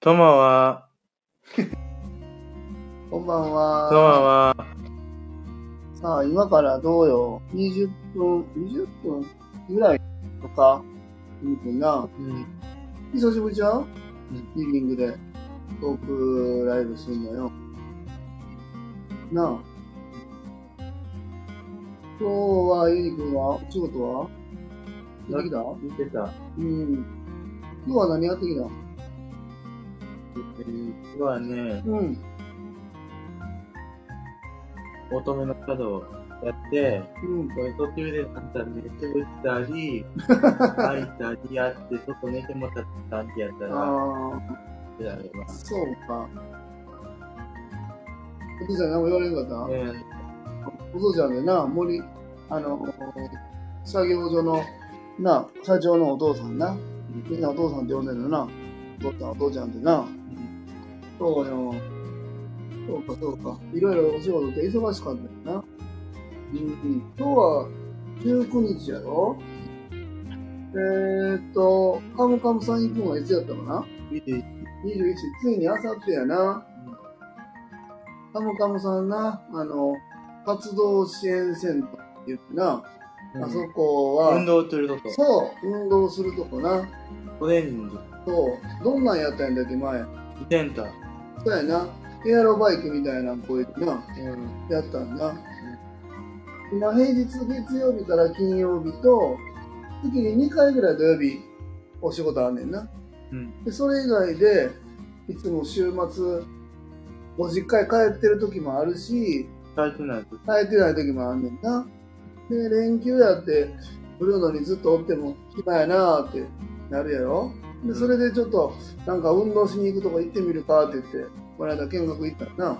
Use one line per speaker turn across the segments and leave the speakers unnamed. ともは、
こんばん
とも
は。
は、
さあ、今からどうよ。20分、20分ぐらいとか、見てな。
うん、
久しぶりじゃん
うん
リビングで、トークライブすんのよ。なあ。今日は、ゆりくんは、お仕事は行ってきた
見てた。
うん。今日は何やってきた
僕はね、
うん。
乙女の角をやって、
うん。
これ途中でなんか寝て打ったり、吐いたりやって、ちょっと寝てもらった感じやったら、
あ
であれば
あ、。そうか。お父ちゃん何も言われんかった、
うん
お父ちゃんでな、森、あの、作業所の、な、社長のお父さんな。みんなお父さんって呼んでるのな。お父さん、お父ちゃんってな。そうよ。そうか、そうか。いろいろお仕事って忙しかったよな。うんうん。今日は19日やろえーっと、カムカムさん行くのはいつやったかな
見て、
21ついにあさってやな。カムカムさんな、あの、活動支援センターって言ってな、あそこは、
運動するとこ、
そう、運動するとこな。
トレーニング、
そう、どんなんやったんだっけ、前。
自転車、
そうやな、エアロバイクみたいなこういうな、
うん、
やったんな。今、平日月曜日から金曜日と、月に2回ぐらい土曜日、お仕事あんねんな。
うん、
でそれ以外でいつも週末ご実家へ帰ってる時もあるし
最初なんです。
帰ってない時もあんねんなで連休やってブルーノにずっとおっても暇やなーってなるやろでそれでちょっとなんか運動しに行くとこ行ってみるかって言ってこの間見学行ったらな
うん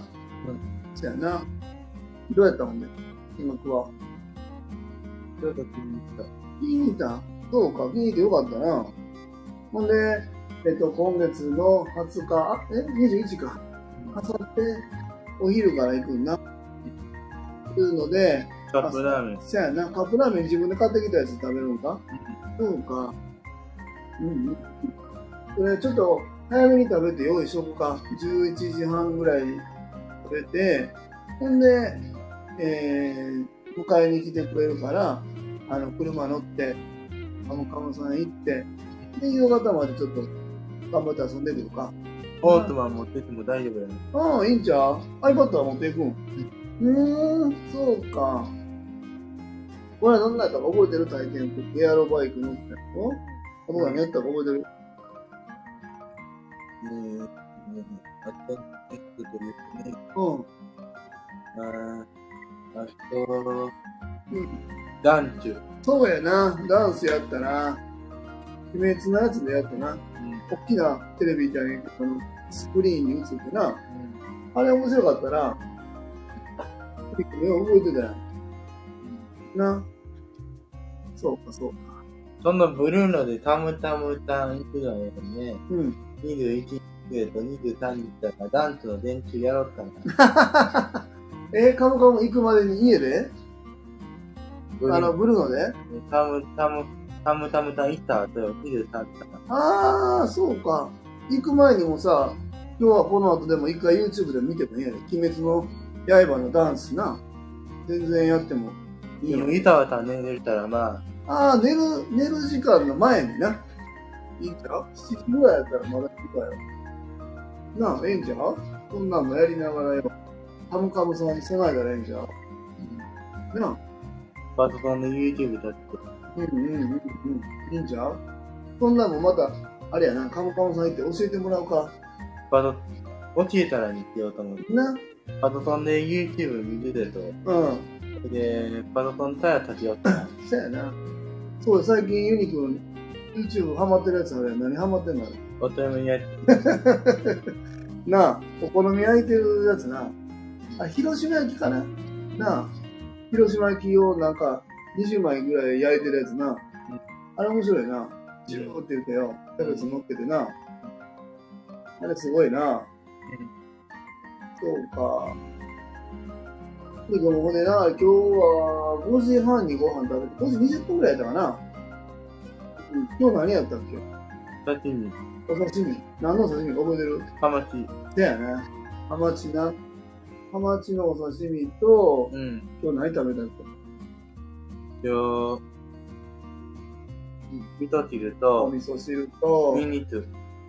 そやなどうやったもんね見学は
ちょっと気に入った。
気に入ったそうか気に入ってよかったなほんでえっと今月の20日あえ21かあさってお昼から行くんな。っていうので、
カップラーメン。
そやな、カップラーメン自分で買ってきたやつ食べるのかそうか。うんうん。それちょっと早めに食べて用意しとくか。11時半ぐらいに食べて、ほんで、えー、迎えに来てくれるから、あの、車乗って、カムカムさん行って、で、夕方までちょっと頑張って遊んでくるか。
オートマン持ってっても大丈夫やね。
うん、いいんちゃう ?iPad は持っていくん。うーん、そうか。これは何だったか覚えてる体験ってエアロバイク乗ったやろあ、僕はやったか覚えてる
うん、うん、あと、えっとですね、あ
う
ーあと、
ん。うん、
団中。
そうやな。ダンスやったな。鬼滅のやつでやったな。
うん。
大きなテレビじゃねえけど、あのスクリーンに映ってな。あれ面白かったな。よく覚えてたやん。な。そうか、そうか。
そのブルーノでタムタムタン行くのよね、
うん。
21日と23日だからダンスの電柱やろうかな。
えー、カムカム行くまでに家であの、ブルーノで
タムタム、タムタムタン行った後よ、23日だから。
ああ、そうか。行く前にもさ、今日はこの後でも一回 YouTube でも見てもいいやで。鬼滅の刃のダンスな。全然やってもいい
で
よ
も、。板はたねんでたら、まあ、
ああ、寝る、寝る時間の前にな。いいんちゃう ?7 時ぐらいやったらまだいいかよ。なあ、ええんちゃうそんなんもやりながらよ。カムカムさんに備えたらええんちゃうなあ。
パソコンで YouTube だって。
うんうんうんうん。いいんちゃうそんなんもまた、あれやな、カムカムさん行って教えてもらうか。
パソ、落ちたらにしようと思って。
な。
パソコンで YouTube 見ててと、
うん。
で、パソコンタイヤ立ち寄ったら、
そやな。そう、最近ユニくん、YouTube ハマってるやつあれや何ハマってんのあれ
お手にやって、
なあ、お好み焼いてるやつな。あ、広島焼きかななあ、広島焼きをなんか20枚ぐらい焼いてるやつな。あれ面白いな。ジューって言ってよ、キャベツ乗っけてな。あれすごいな。そうか。で、このほんでな、今日は5時半にご飯食べて、5時20分ぐらいやったかな。うん今日何やったっけ
刺身、
お刺身。何の刺身か覚えてる
ハマチ。
だよね。ハマチな。ハマチのお刺身と、
うん。
今日何食べたっけ
じゃあ
ん、
味噌汁
お
と、
味噌汁と
ニ、ンニク。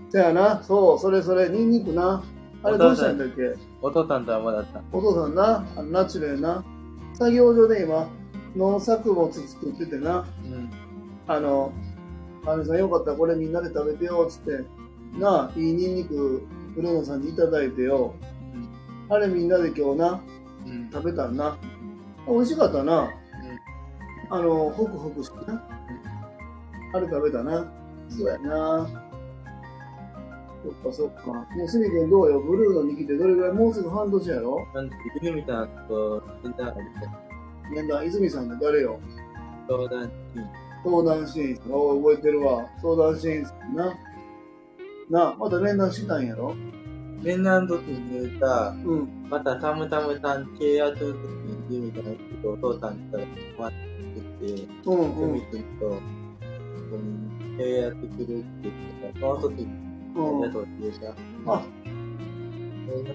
せやな、そう、それそれ、ニンニクな。あれどうしたんだっけ
お父さんとはまだった。
お父さんな、あのナチュラルな。作業所で今、農作物作っててな、
うん。
あの、あれさんよかったらこれみんなで食べてよ、つって。なあ、いいニンニク、古野さんにいただいてよ。あれみんなで今日な、
うん。うん。
食べたんな。美味しかったな。あの、ホクホクしてな。あれ食べたな。そうやな。そっかそっか。もうすみ君どうよブルーのに来てどれぐらいもうすぐ半年やろ
なんで、犬みたいなと、全然あるけど
年代泉さんって誰よ
相談に。
相談支援おう覚えてるわ。相談支援さんな。なあ、また連絡したんやろ
メンナンド時に言うた、
うん。
またタムタムさん契約の時に犬みたいなことをお父さんから困ってて、
うん
海
うん。
くんと、うん、契約するって言ってたから、その時にあり
う
が
ん。
とうって言うた。
あ、うん。え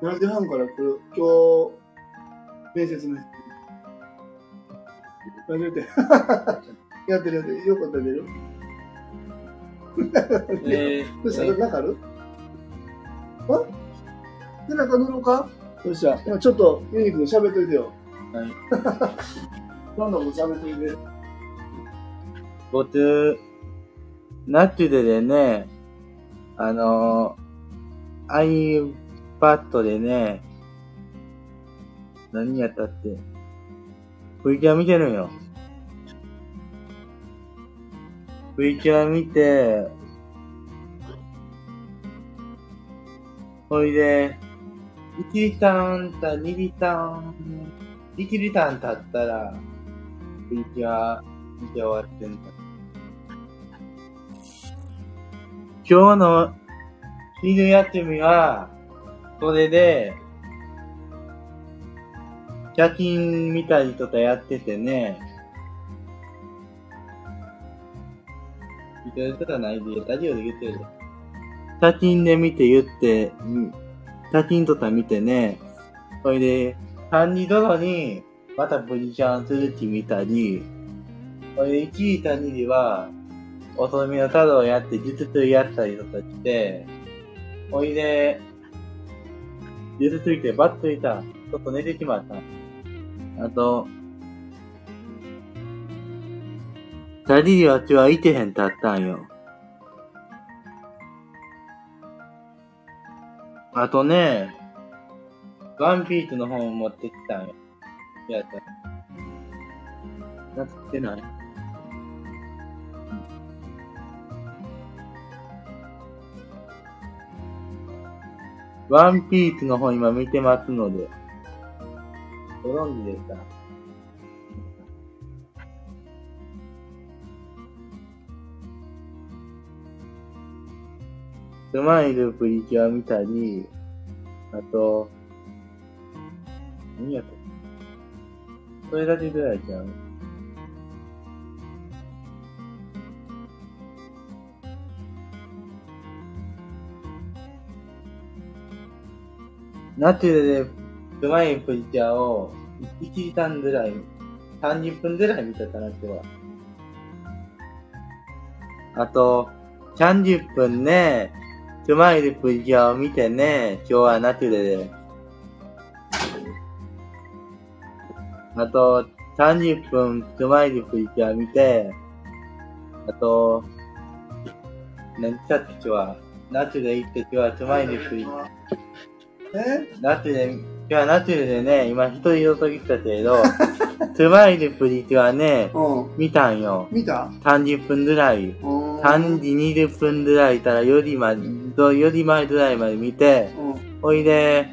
何時半から来る今日、面接の日。何時って。 やってるやってる。よかったら出る
え
どうした
ー、
なんかあるあ背中塗ろうかどうした今ちょっと、ユニ君喋っといてよ。
はい。
どんどん喋っといて。
ごつ、ナチュででね、あのー、iPad でね、何やったって、プリキュア見てるんよ。プリキュア見て、ほいで、1リターンた、2リターン、1リターン経ったら、プリキュア見て終わってんだ。今日の昼休みは、それで、夜勤見たりとかやっててね、言ってることはないで、ラジオで言ってるじゃん。夜勤で見て言って、うん夜勤とか見てね、それで、3時頃に、またブリジャンする気見たり、それで1位と2位は、乙女の太郎やって、術中やったりとかして、おいで、術中ってバッといた。ちょっと寝てしまった。あと、ダディはちはいてへんたったんよ。あとね、ワンピースの本を持ってきたんよ。やった。なってないワンピースの方今見てますので。ご存知ですかスマイルプリキュア見たり、あと、何やったっけそれだけぐらいじゃん。ナチュラルでうまいプリキュアを1時間ぐらい、30分ぐらい見たかな、今日は。あと、30分ね、スマイルプリキュアを見てね、今日はナチュラルで。あと、30分スマイルプリキュア見て、あと、何したっけ今日は、ナチュラル行って今日はスマイルプリキュア。
え
ナチュで、いや、ナチュでね、今一人よそぎ来たけど、トゥマイルプリキュアね、
うん。
見たんよ。
見た
30分ぐらい。
うん。
3時20分ぐらいから4時まで、4時前ぐらいまで見て、
うん。
ほいで、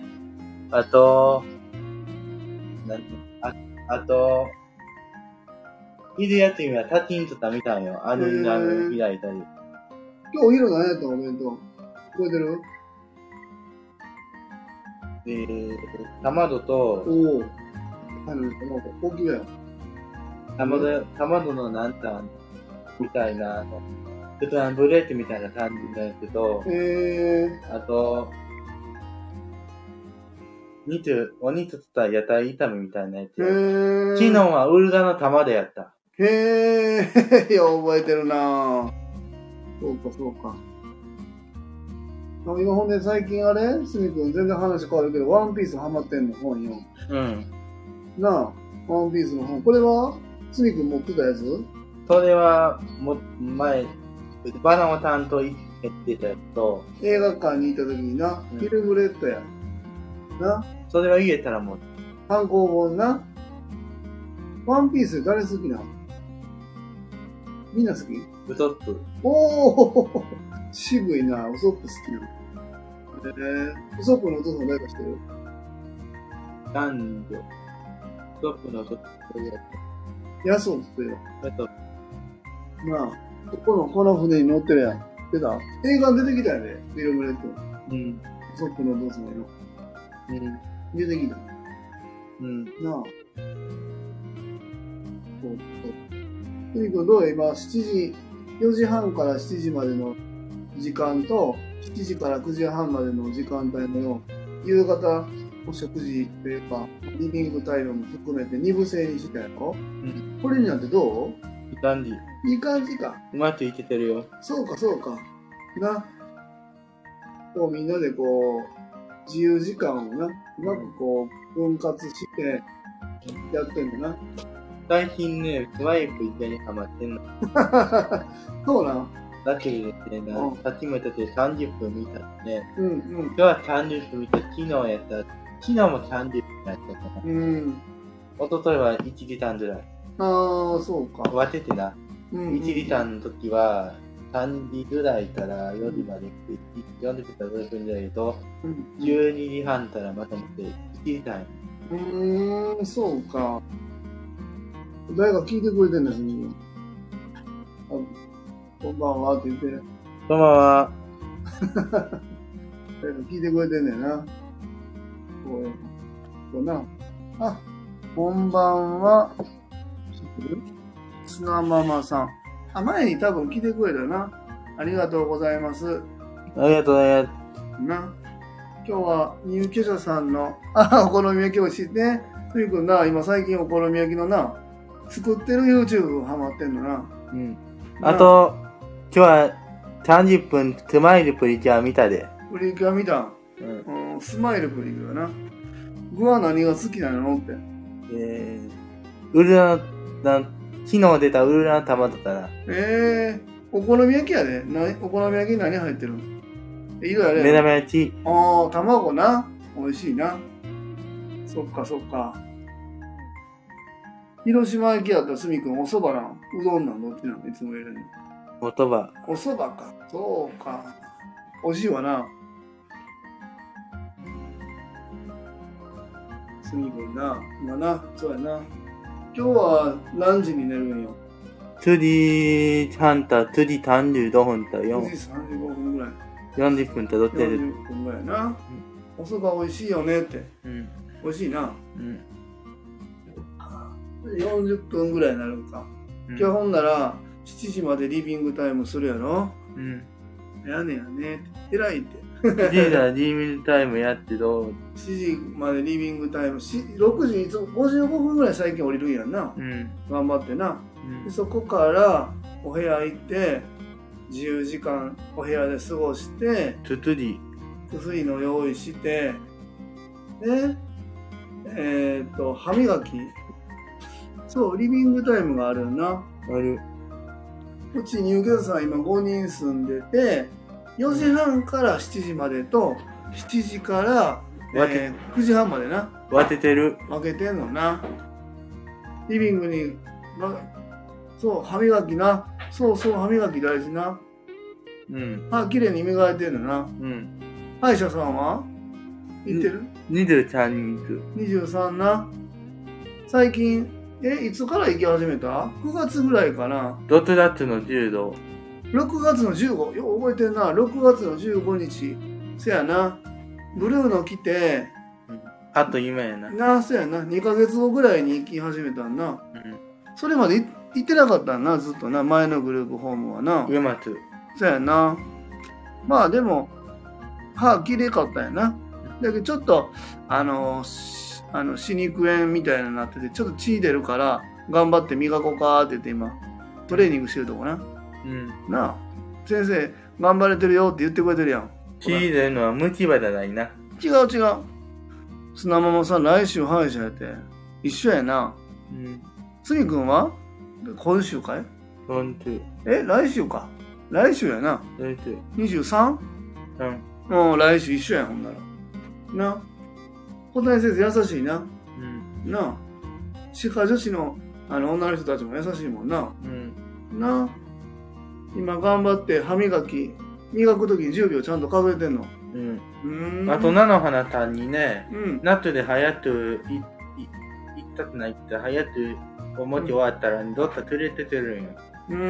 あと、なんあ、あと、昼やってみはタティンとか見たんよ。アルジャム開いたり。
今日お昼何やったお弁当。覚えてる
で、かまどと、
おお。あの、大きいだよ。
卵、卵のなんか、みたいな、あのちょっとあのブレーキみたいな感じなんやけど、
えー、
あと、肉、お肉とった屋台炒めみたいなや
え
つ。
ー、
昨日はウルガの玉でやった。
へえ、よう覚えてるなぁそうか、そうか。あ今ほんで最近あれすみくん全然話変わるけど、ワンピースハマってんの本よ。
うん。
なあ、ワンピースの本。これはすみくん持ってたやつ
それは、も、前、バナナ担当行ってたやつと、
映画館に行った時にな、
うん
フィルムレッドや。な、
それは言えたらもう、
単行本な。ワンピース誰好きなのみんな好き
ウソップ。
おお渋いな、ウソップ好きなの。えー、ウソップのお父さん誰か知ってる
男女。ウソップのウソップでやった
ヤソンってよ。
あと、
なあ、ここの、この船に乗ってるやん。出た映画に出てきたよね、フィルムレッド。ウ
うん、
ソップのお父さんやろ。
うん、
出てきた。な
うん。
あ。そうそう。とにかくどう今、7時、4時半から7時までの時間と、7時から9時半までの時間帯の夕方お食事というか、リビングタイムも含めて2部制にしたやろ、
ん
これになってど
いい感じ。
ういい感じか。
うまくいけてるよ。
そうか、そうか。な。こうみんなでこう、自由時間をな、うまくこう、分割して、やってんだ
最近ね、スワイプ一回にハマってんの。
な。そうなん。
だけどですね、
うん
さっきも言ったけど30分見たしね。
うん、う
今
ん。
日は30分見た。昨日やった。昨日も30分やったから。
うん。
一昨日は1時間ぐらい。
ああ、そうか。
分けてな。
うん
1時間の時は、3時ぐらいから4時まで行って、40分から50分ぐらいだと、
うん。
12時半からまとめて1時間。
うーん、そうか。誰か聞いてくれてんだ、すみあこんばんはって言って、誰か
こんばんは。
聞いてくれてんだよな。こう、こうな。あ、こんばんは。砂ママさん。あ、前に多分来てくれたな。ありがとうございます。
ありがとうございます。
な。今日は入居者さんの、あ、お好み焼きをしてね。というくんな、今最近お好み焼きのな、作ってる YouTube ハマってんのな。
うん。あと、今日は30分手前でプリキュア見たで。
な、プリキュア見たん。
うん。
うん、スマイルプリキュアな。具は何が好きなのって。
えー、ウルラの、昨日出たウルラの玉とかな。
ええお好み焼きやで。なお好み焼きに何入ってるのえ色や
目
で。
玉焼き。
ああ、卵な。美味しいな。そっかそっか。広島焼きやったらすみくんお蕎麦なん。うどんなんどっちなんいつも入れるの。
元葉。
お蕎麦か。そうか。美味しいわな。すみくんな。今な、そうやな。今日は何時に寝るんよ。
釣りハンター、釣り35分と
9
4
時35分ぐらい。
40分とどってる。
40分ぐらいな。お蕎麦美味しいよねって。
うん。
美味しいな。
うん。
40分ぐらいになるか。
うん
今日ほんなら、7時までリビングタイムするやろ。
うん。
やねやねって。偉いって。
次だ、リーミルタイムやってどう
7時までリビングタイム。し6時にいつも55分ぐらい最近降りるんやんな。
うん。
頑張ってな。
うん
でそこからお部屋行って自由時間お部屋で過ごして
釣り。
薬の用意してでえーっと歯磨きそうリビングタイムがあるよな
ある。
うち入居者さん今5人住んでて4時半から7時までと7時から、
分け
えー9時半までな
わててる。
負けてんのなリビングに、ま、そう歯磨きなそうそう歯磨き大事な
うん。
歯綺麗に磨いてんのな
うん。
歯医者さんは行ってる、
23人行く。
?23 な最近えいつから行き始めた ?9 月ぐらいかな
6月の柔道。
6月の15よう覚えてんな6月の15日せやなブルーの着て
あと今やな。
なせやな2ヶ月後ぐらいに行き始めたんな
うん。
それまでい行ってなかったんなずっとな前のグループホームはな
上松。
そうやなまあでも歯きれかったんやなだけどちょっとあのしあの歯肉炎みたいになっててちょっと血出るから頑張って磨こうかって言って今トレーニングしてるとこな
うん。
なあ先生頑張れてるよって言ってくれてるやん
血出るのは虫歯じゃないな。
違う違う砂ママさん来週歯医者やて一緒やな
うん。
つみくんは今週かい
本当。
え来週か来週やな
本当。
23?
うん。
うん来週一緒やんほんならな小谷先生優しいな
うん。
な歯科女子のあの女の人たちも優しいもんな
うん。
な今頑張って歯磨き磨く時に10秒ちゃんと数えてんの
うん。
うーん
あと、菜の花さんにね、
うん
ナットで早くいい行ったくないって早く思って終わったらどっか連れてってるんよ。
うんうんうん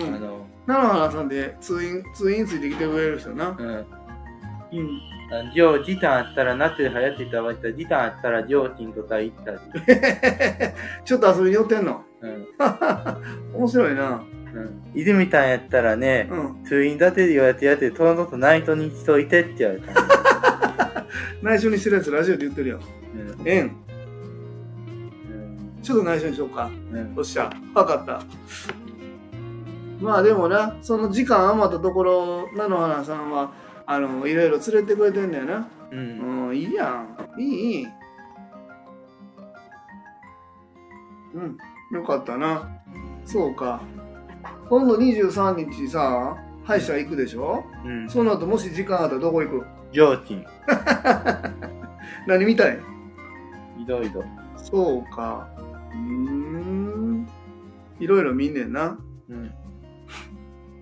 うん
あの、
菜の花さんで通院通院ついてきてくれる人な
うん。
うん
あの、よう時短あったら、ナットで早く行ったわったら、時短あったら、料金とか行ったり。
ちょっと遊びに寄ってんの
うん。
面白い
う
な
ん。泉さんやったらね、
うん
通院立てで言われてやって、とんととナイトにしといてって言われたの。
内緒にしてるやつラジオで言ってるよ
うん。
え
う
ん
ん
ちょっと内緒にしよう
う
か
ん
よっしゃわかったまあでもなその時間余ったところ菜の花さんはあのいろいろ連れてくれてんだよな
う。
うんんいいやんいいいいうんよかったなそうか今度23日さ歯医者行くでしょ
うん。
その後もし時間あったらどこ行く
料金。
何見たい
いろいろ。
そうかうーんいろいろ見んねんな
うん。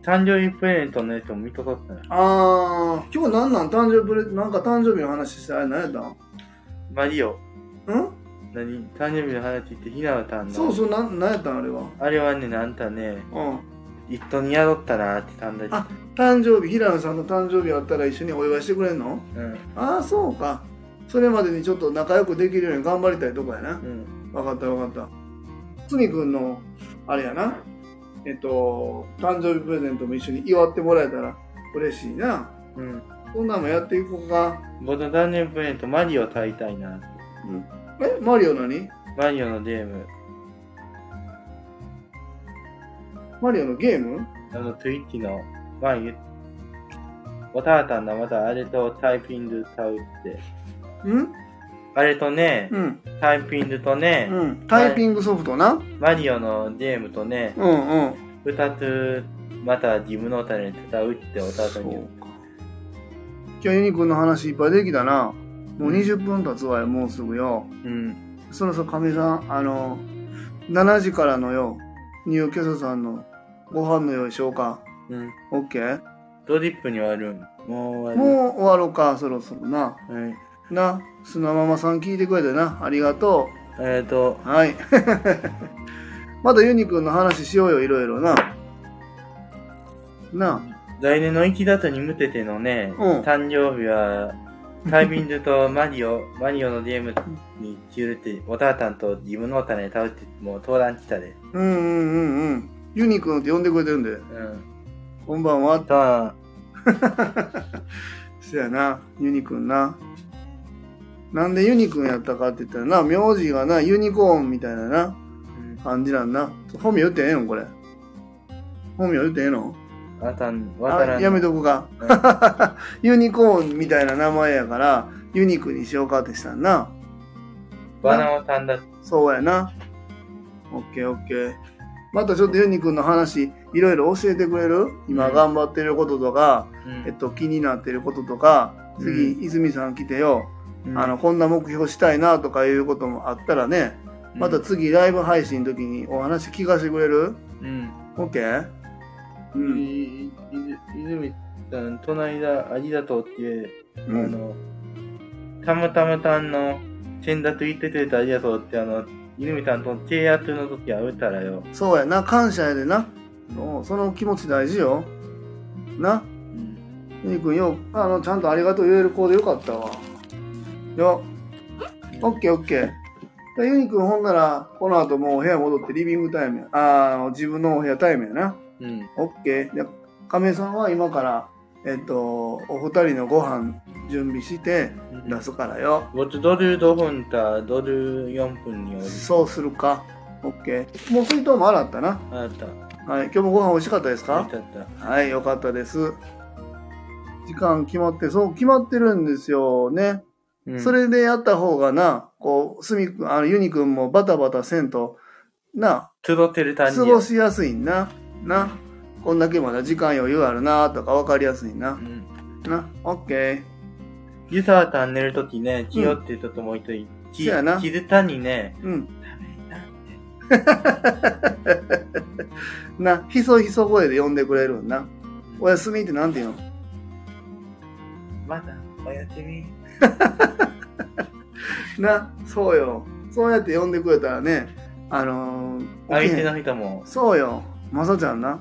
誕生日プレゼントのやつも見とかったよ。
あー今日なんなん誕生日プレなんか誕生日の話してあれ何やったん
マリオ。
うん
何誕生日の話ってひなわたんの
そうそうなん何やったんあれは
あれはねあんたね
うん
一緒にやろったなって考えて
あ誕生日平野さんの誕生日あったら一緒にお祝いしてくれんの
うん
ああそうかそれまでにちょっと仲良くできるように頑張りたいとこやな
うん
分かった分かったつみくんのあれやなえっと誕生日プレゼントも一緒に祝ってもらえたら嬉しいな
うん
そんなんもやっていこうか
僕の誕生日プレゼントマリオ買いたいなって
えマリオ何
マリオのゲーム
マリオのゲーム
あの Twitch の前言っおたあたんがまたあれとタイピング買うって
うん
あれとね、
うん
タイピングとね、
うんタイピングソフトな
マリオのゲームとね
うんうん
二つまた自分のおたで戦うっておたあたに言う
今日ユニくんの話いっぱいできたなもう20分経つわよもうすぐよ
うん
そろそろかみさんあの7時からのよ入居者さんのご飯の用意しようか
うん
OK
ドリップに終わるんもう終わる
もう終わろうかそろそろな
はい
な砂ママさん聞いてくれてなありがと
えっ、ー、と
うはい またユニくんの話しようよいろいろなな
来年の1月に向けてのね、
うん
誕生日は、タイミングとマリオ、 マリオのゲームに消えるって、おたあたんと自分のおたね食べて、もう登壇来たで。
うんうんうんうんユニくんって呼んでくれてるんで
うん。
こんばんは
おたあ
そやな、ユニくんな。なんでユニくんやったかって言ったらな、名字がな、ユニコーンみたいなな、
うん
感じなんな。本名言ってええのこれ。本名言ってええの
あたん、わたら
あ
ん。
やめとくか。 ユニコーンみたいな名前やから、ユニくんにしようかってしたんな。
バナオさんだ。
そうやな。オッケーオッケー。またちょっとユニくんの話、いろいろ教えてくれる今
うん
頑張ってることとか、
うん
えっと、気になってることとか、次、
う
泉さん来てよ。
うん
あの、こんな目標したいなとかいうこともあったらね、また次ライブ配信の時にお話聞かせてくれる
うん。
?OK? う
うん。
ん。
いいい泉さん、この間、ありがとうっていう、
う
あ
ん、
の、たまたまたんの、先達言ってくれてありがとうって、あの、泉さんと契約の時会うたらよ。
そうやな、感謝やでな。おうその気持ち大事よ。な、
うん
ゆうくんよ、あの、ちゃんとありがとう言える子でよかったわ。よ、
うん
OKOK。でユニ君ほんなら、この後もう部屋戻ってリビングタイムや。ああ、自分のお部屋タイムやな。
うん。
オッケー。で、亀井さんは今から、えっと、お二人のご飯準備して出すからよ。
我ドル5分とドル4分により。
そうするか。オッケー。もう水筒も洗ったな。
あった。
はい。今日もご飯美味しかったです
あ
か
ったあった。
はい、よかったです。時間決まって、そう、決まってるんですよね。
うん
そ、れでやった方がな、こう、すみくん、あの、ユニくんもバタバタせんと、な、
集ってる単
過
純。
ごしやすいんな。な。こんだけまだ時間余裕あるな、とか分かりやすいな
う。ん。
な、オッケー。
ゆたたん寝るときね、きよって言ったともう一人、き、
そうやな
きずたにね、
うん。
ダメだって。
な、ひそひそ声で呼んでくれるんな。おやすみってなんて言うの
まだ、おやすみ。
な、そうよ。そうやって呼んでくれたらね、あのー、
相
起きへ
手
ん
の人も。
そうよ。まさちゃんな。
うん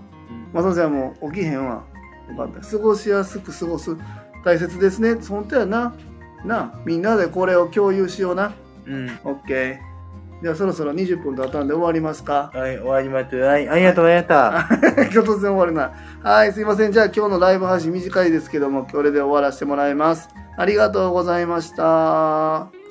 まさちゃんも起きへんわ。よかった。過ごしやすく過ごす。大切ですね。本当やな。なあ、みんなでこれを共有しような。
うん。
オッケー。じゃあそろそろ20分経ったんで終わりますか。
はい、終わります。はい、ありがとう、ありがとう。
あ 今日突然終わるな。はい、すいません。じゃあ今日のライブ配信短いですけども、これで終わらせてもらいます。ありがとうございました。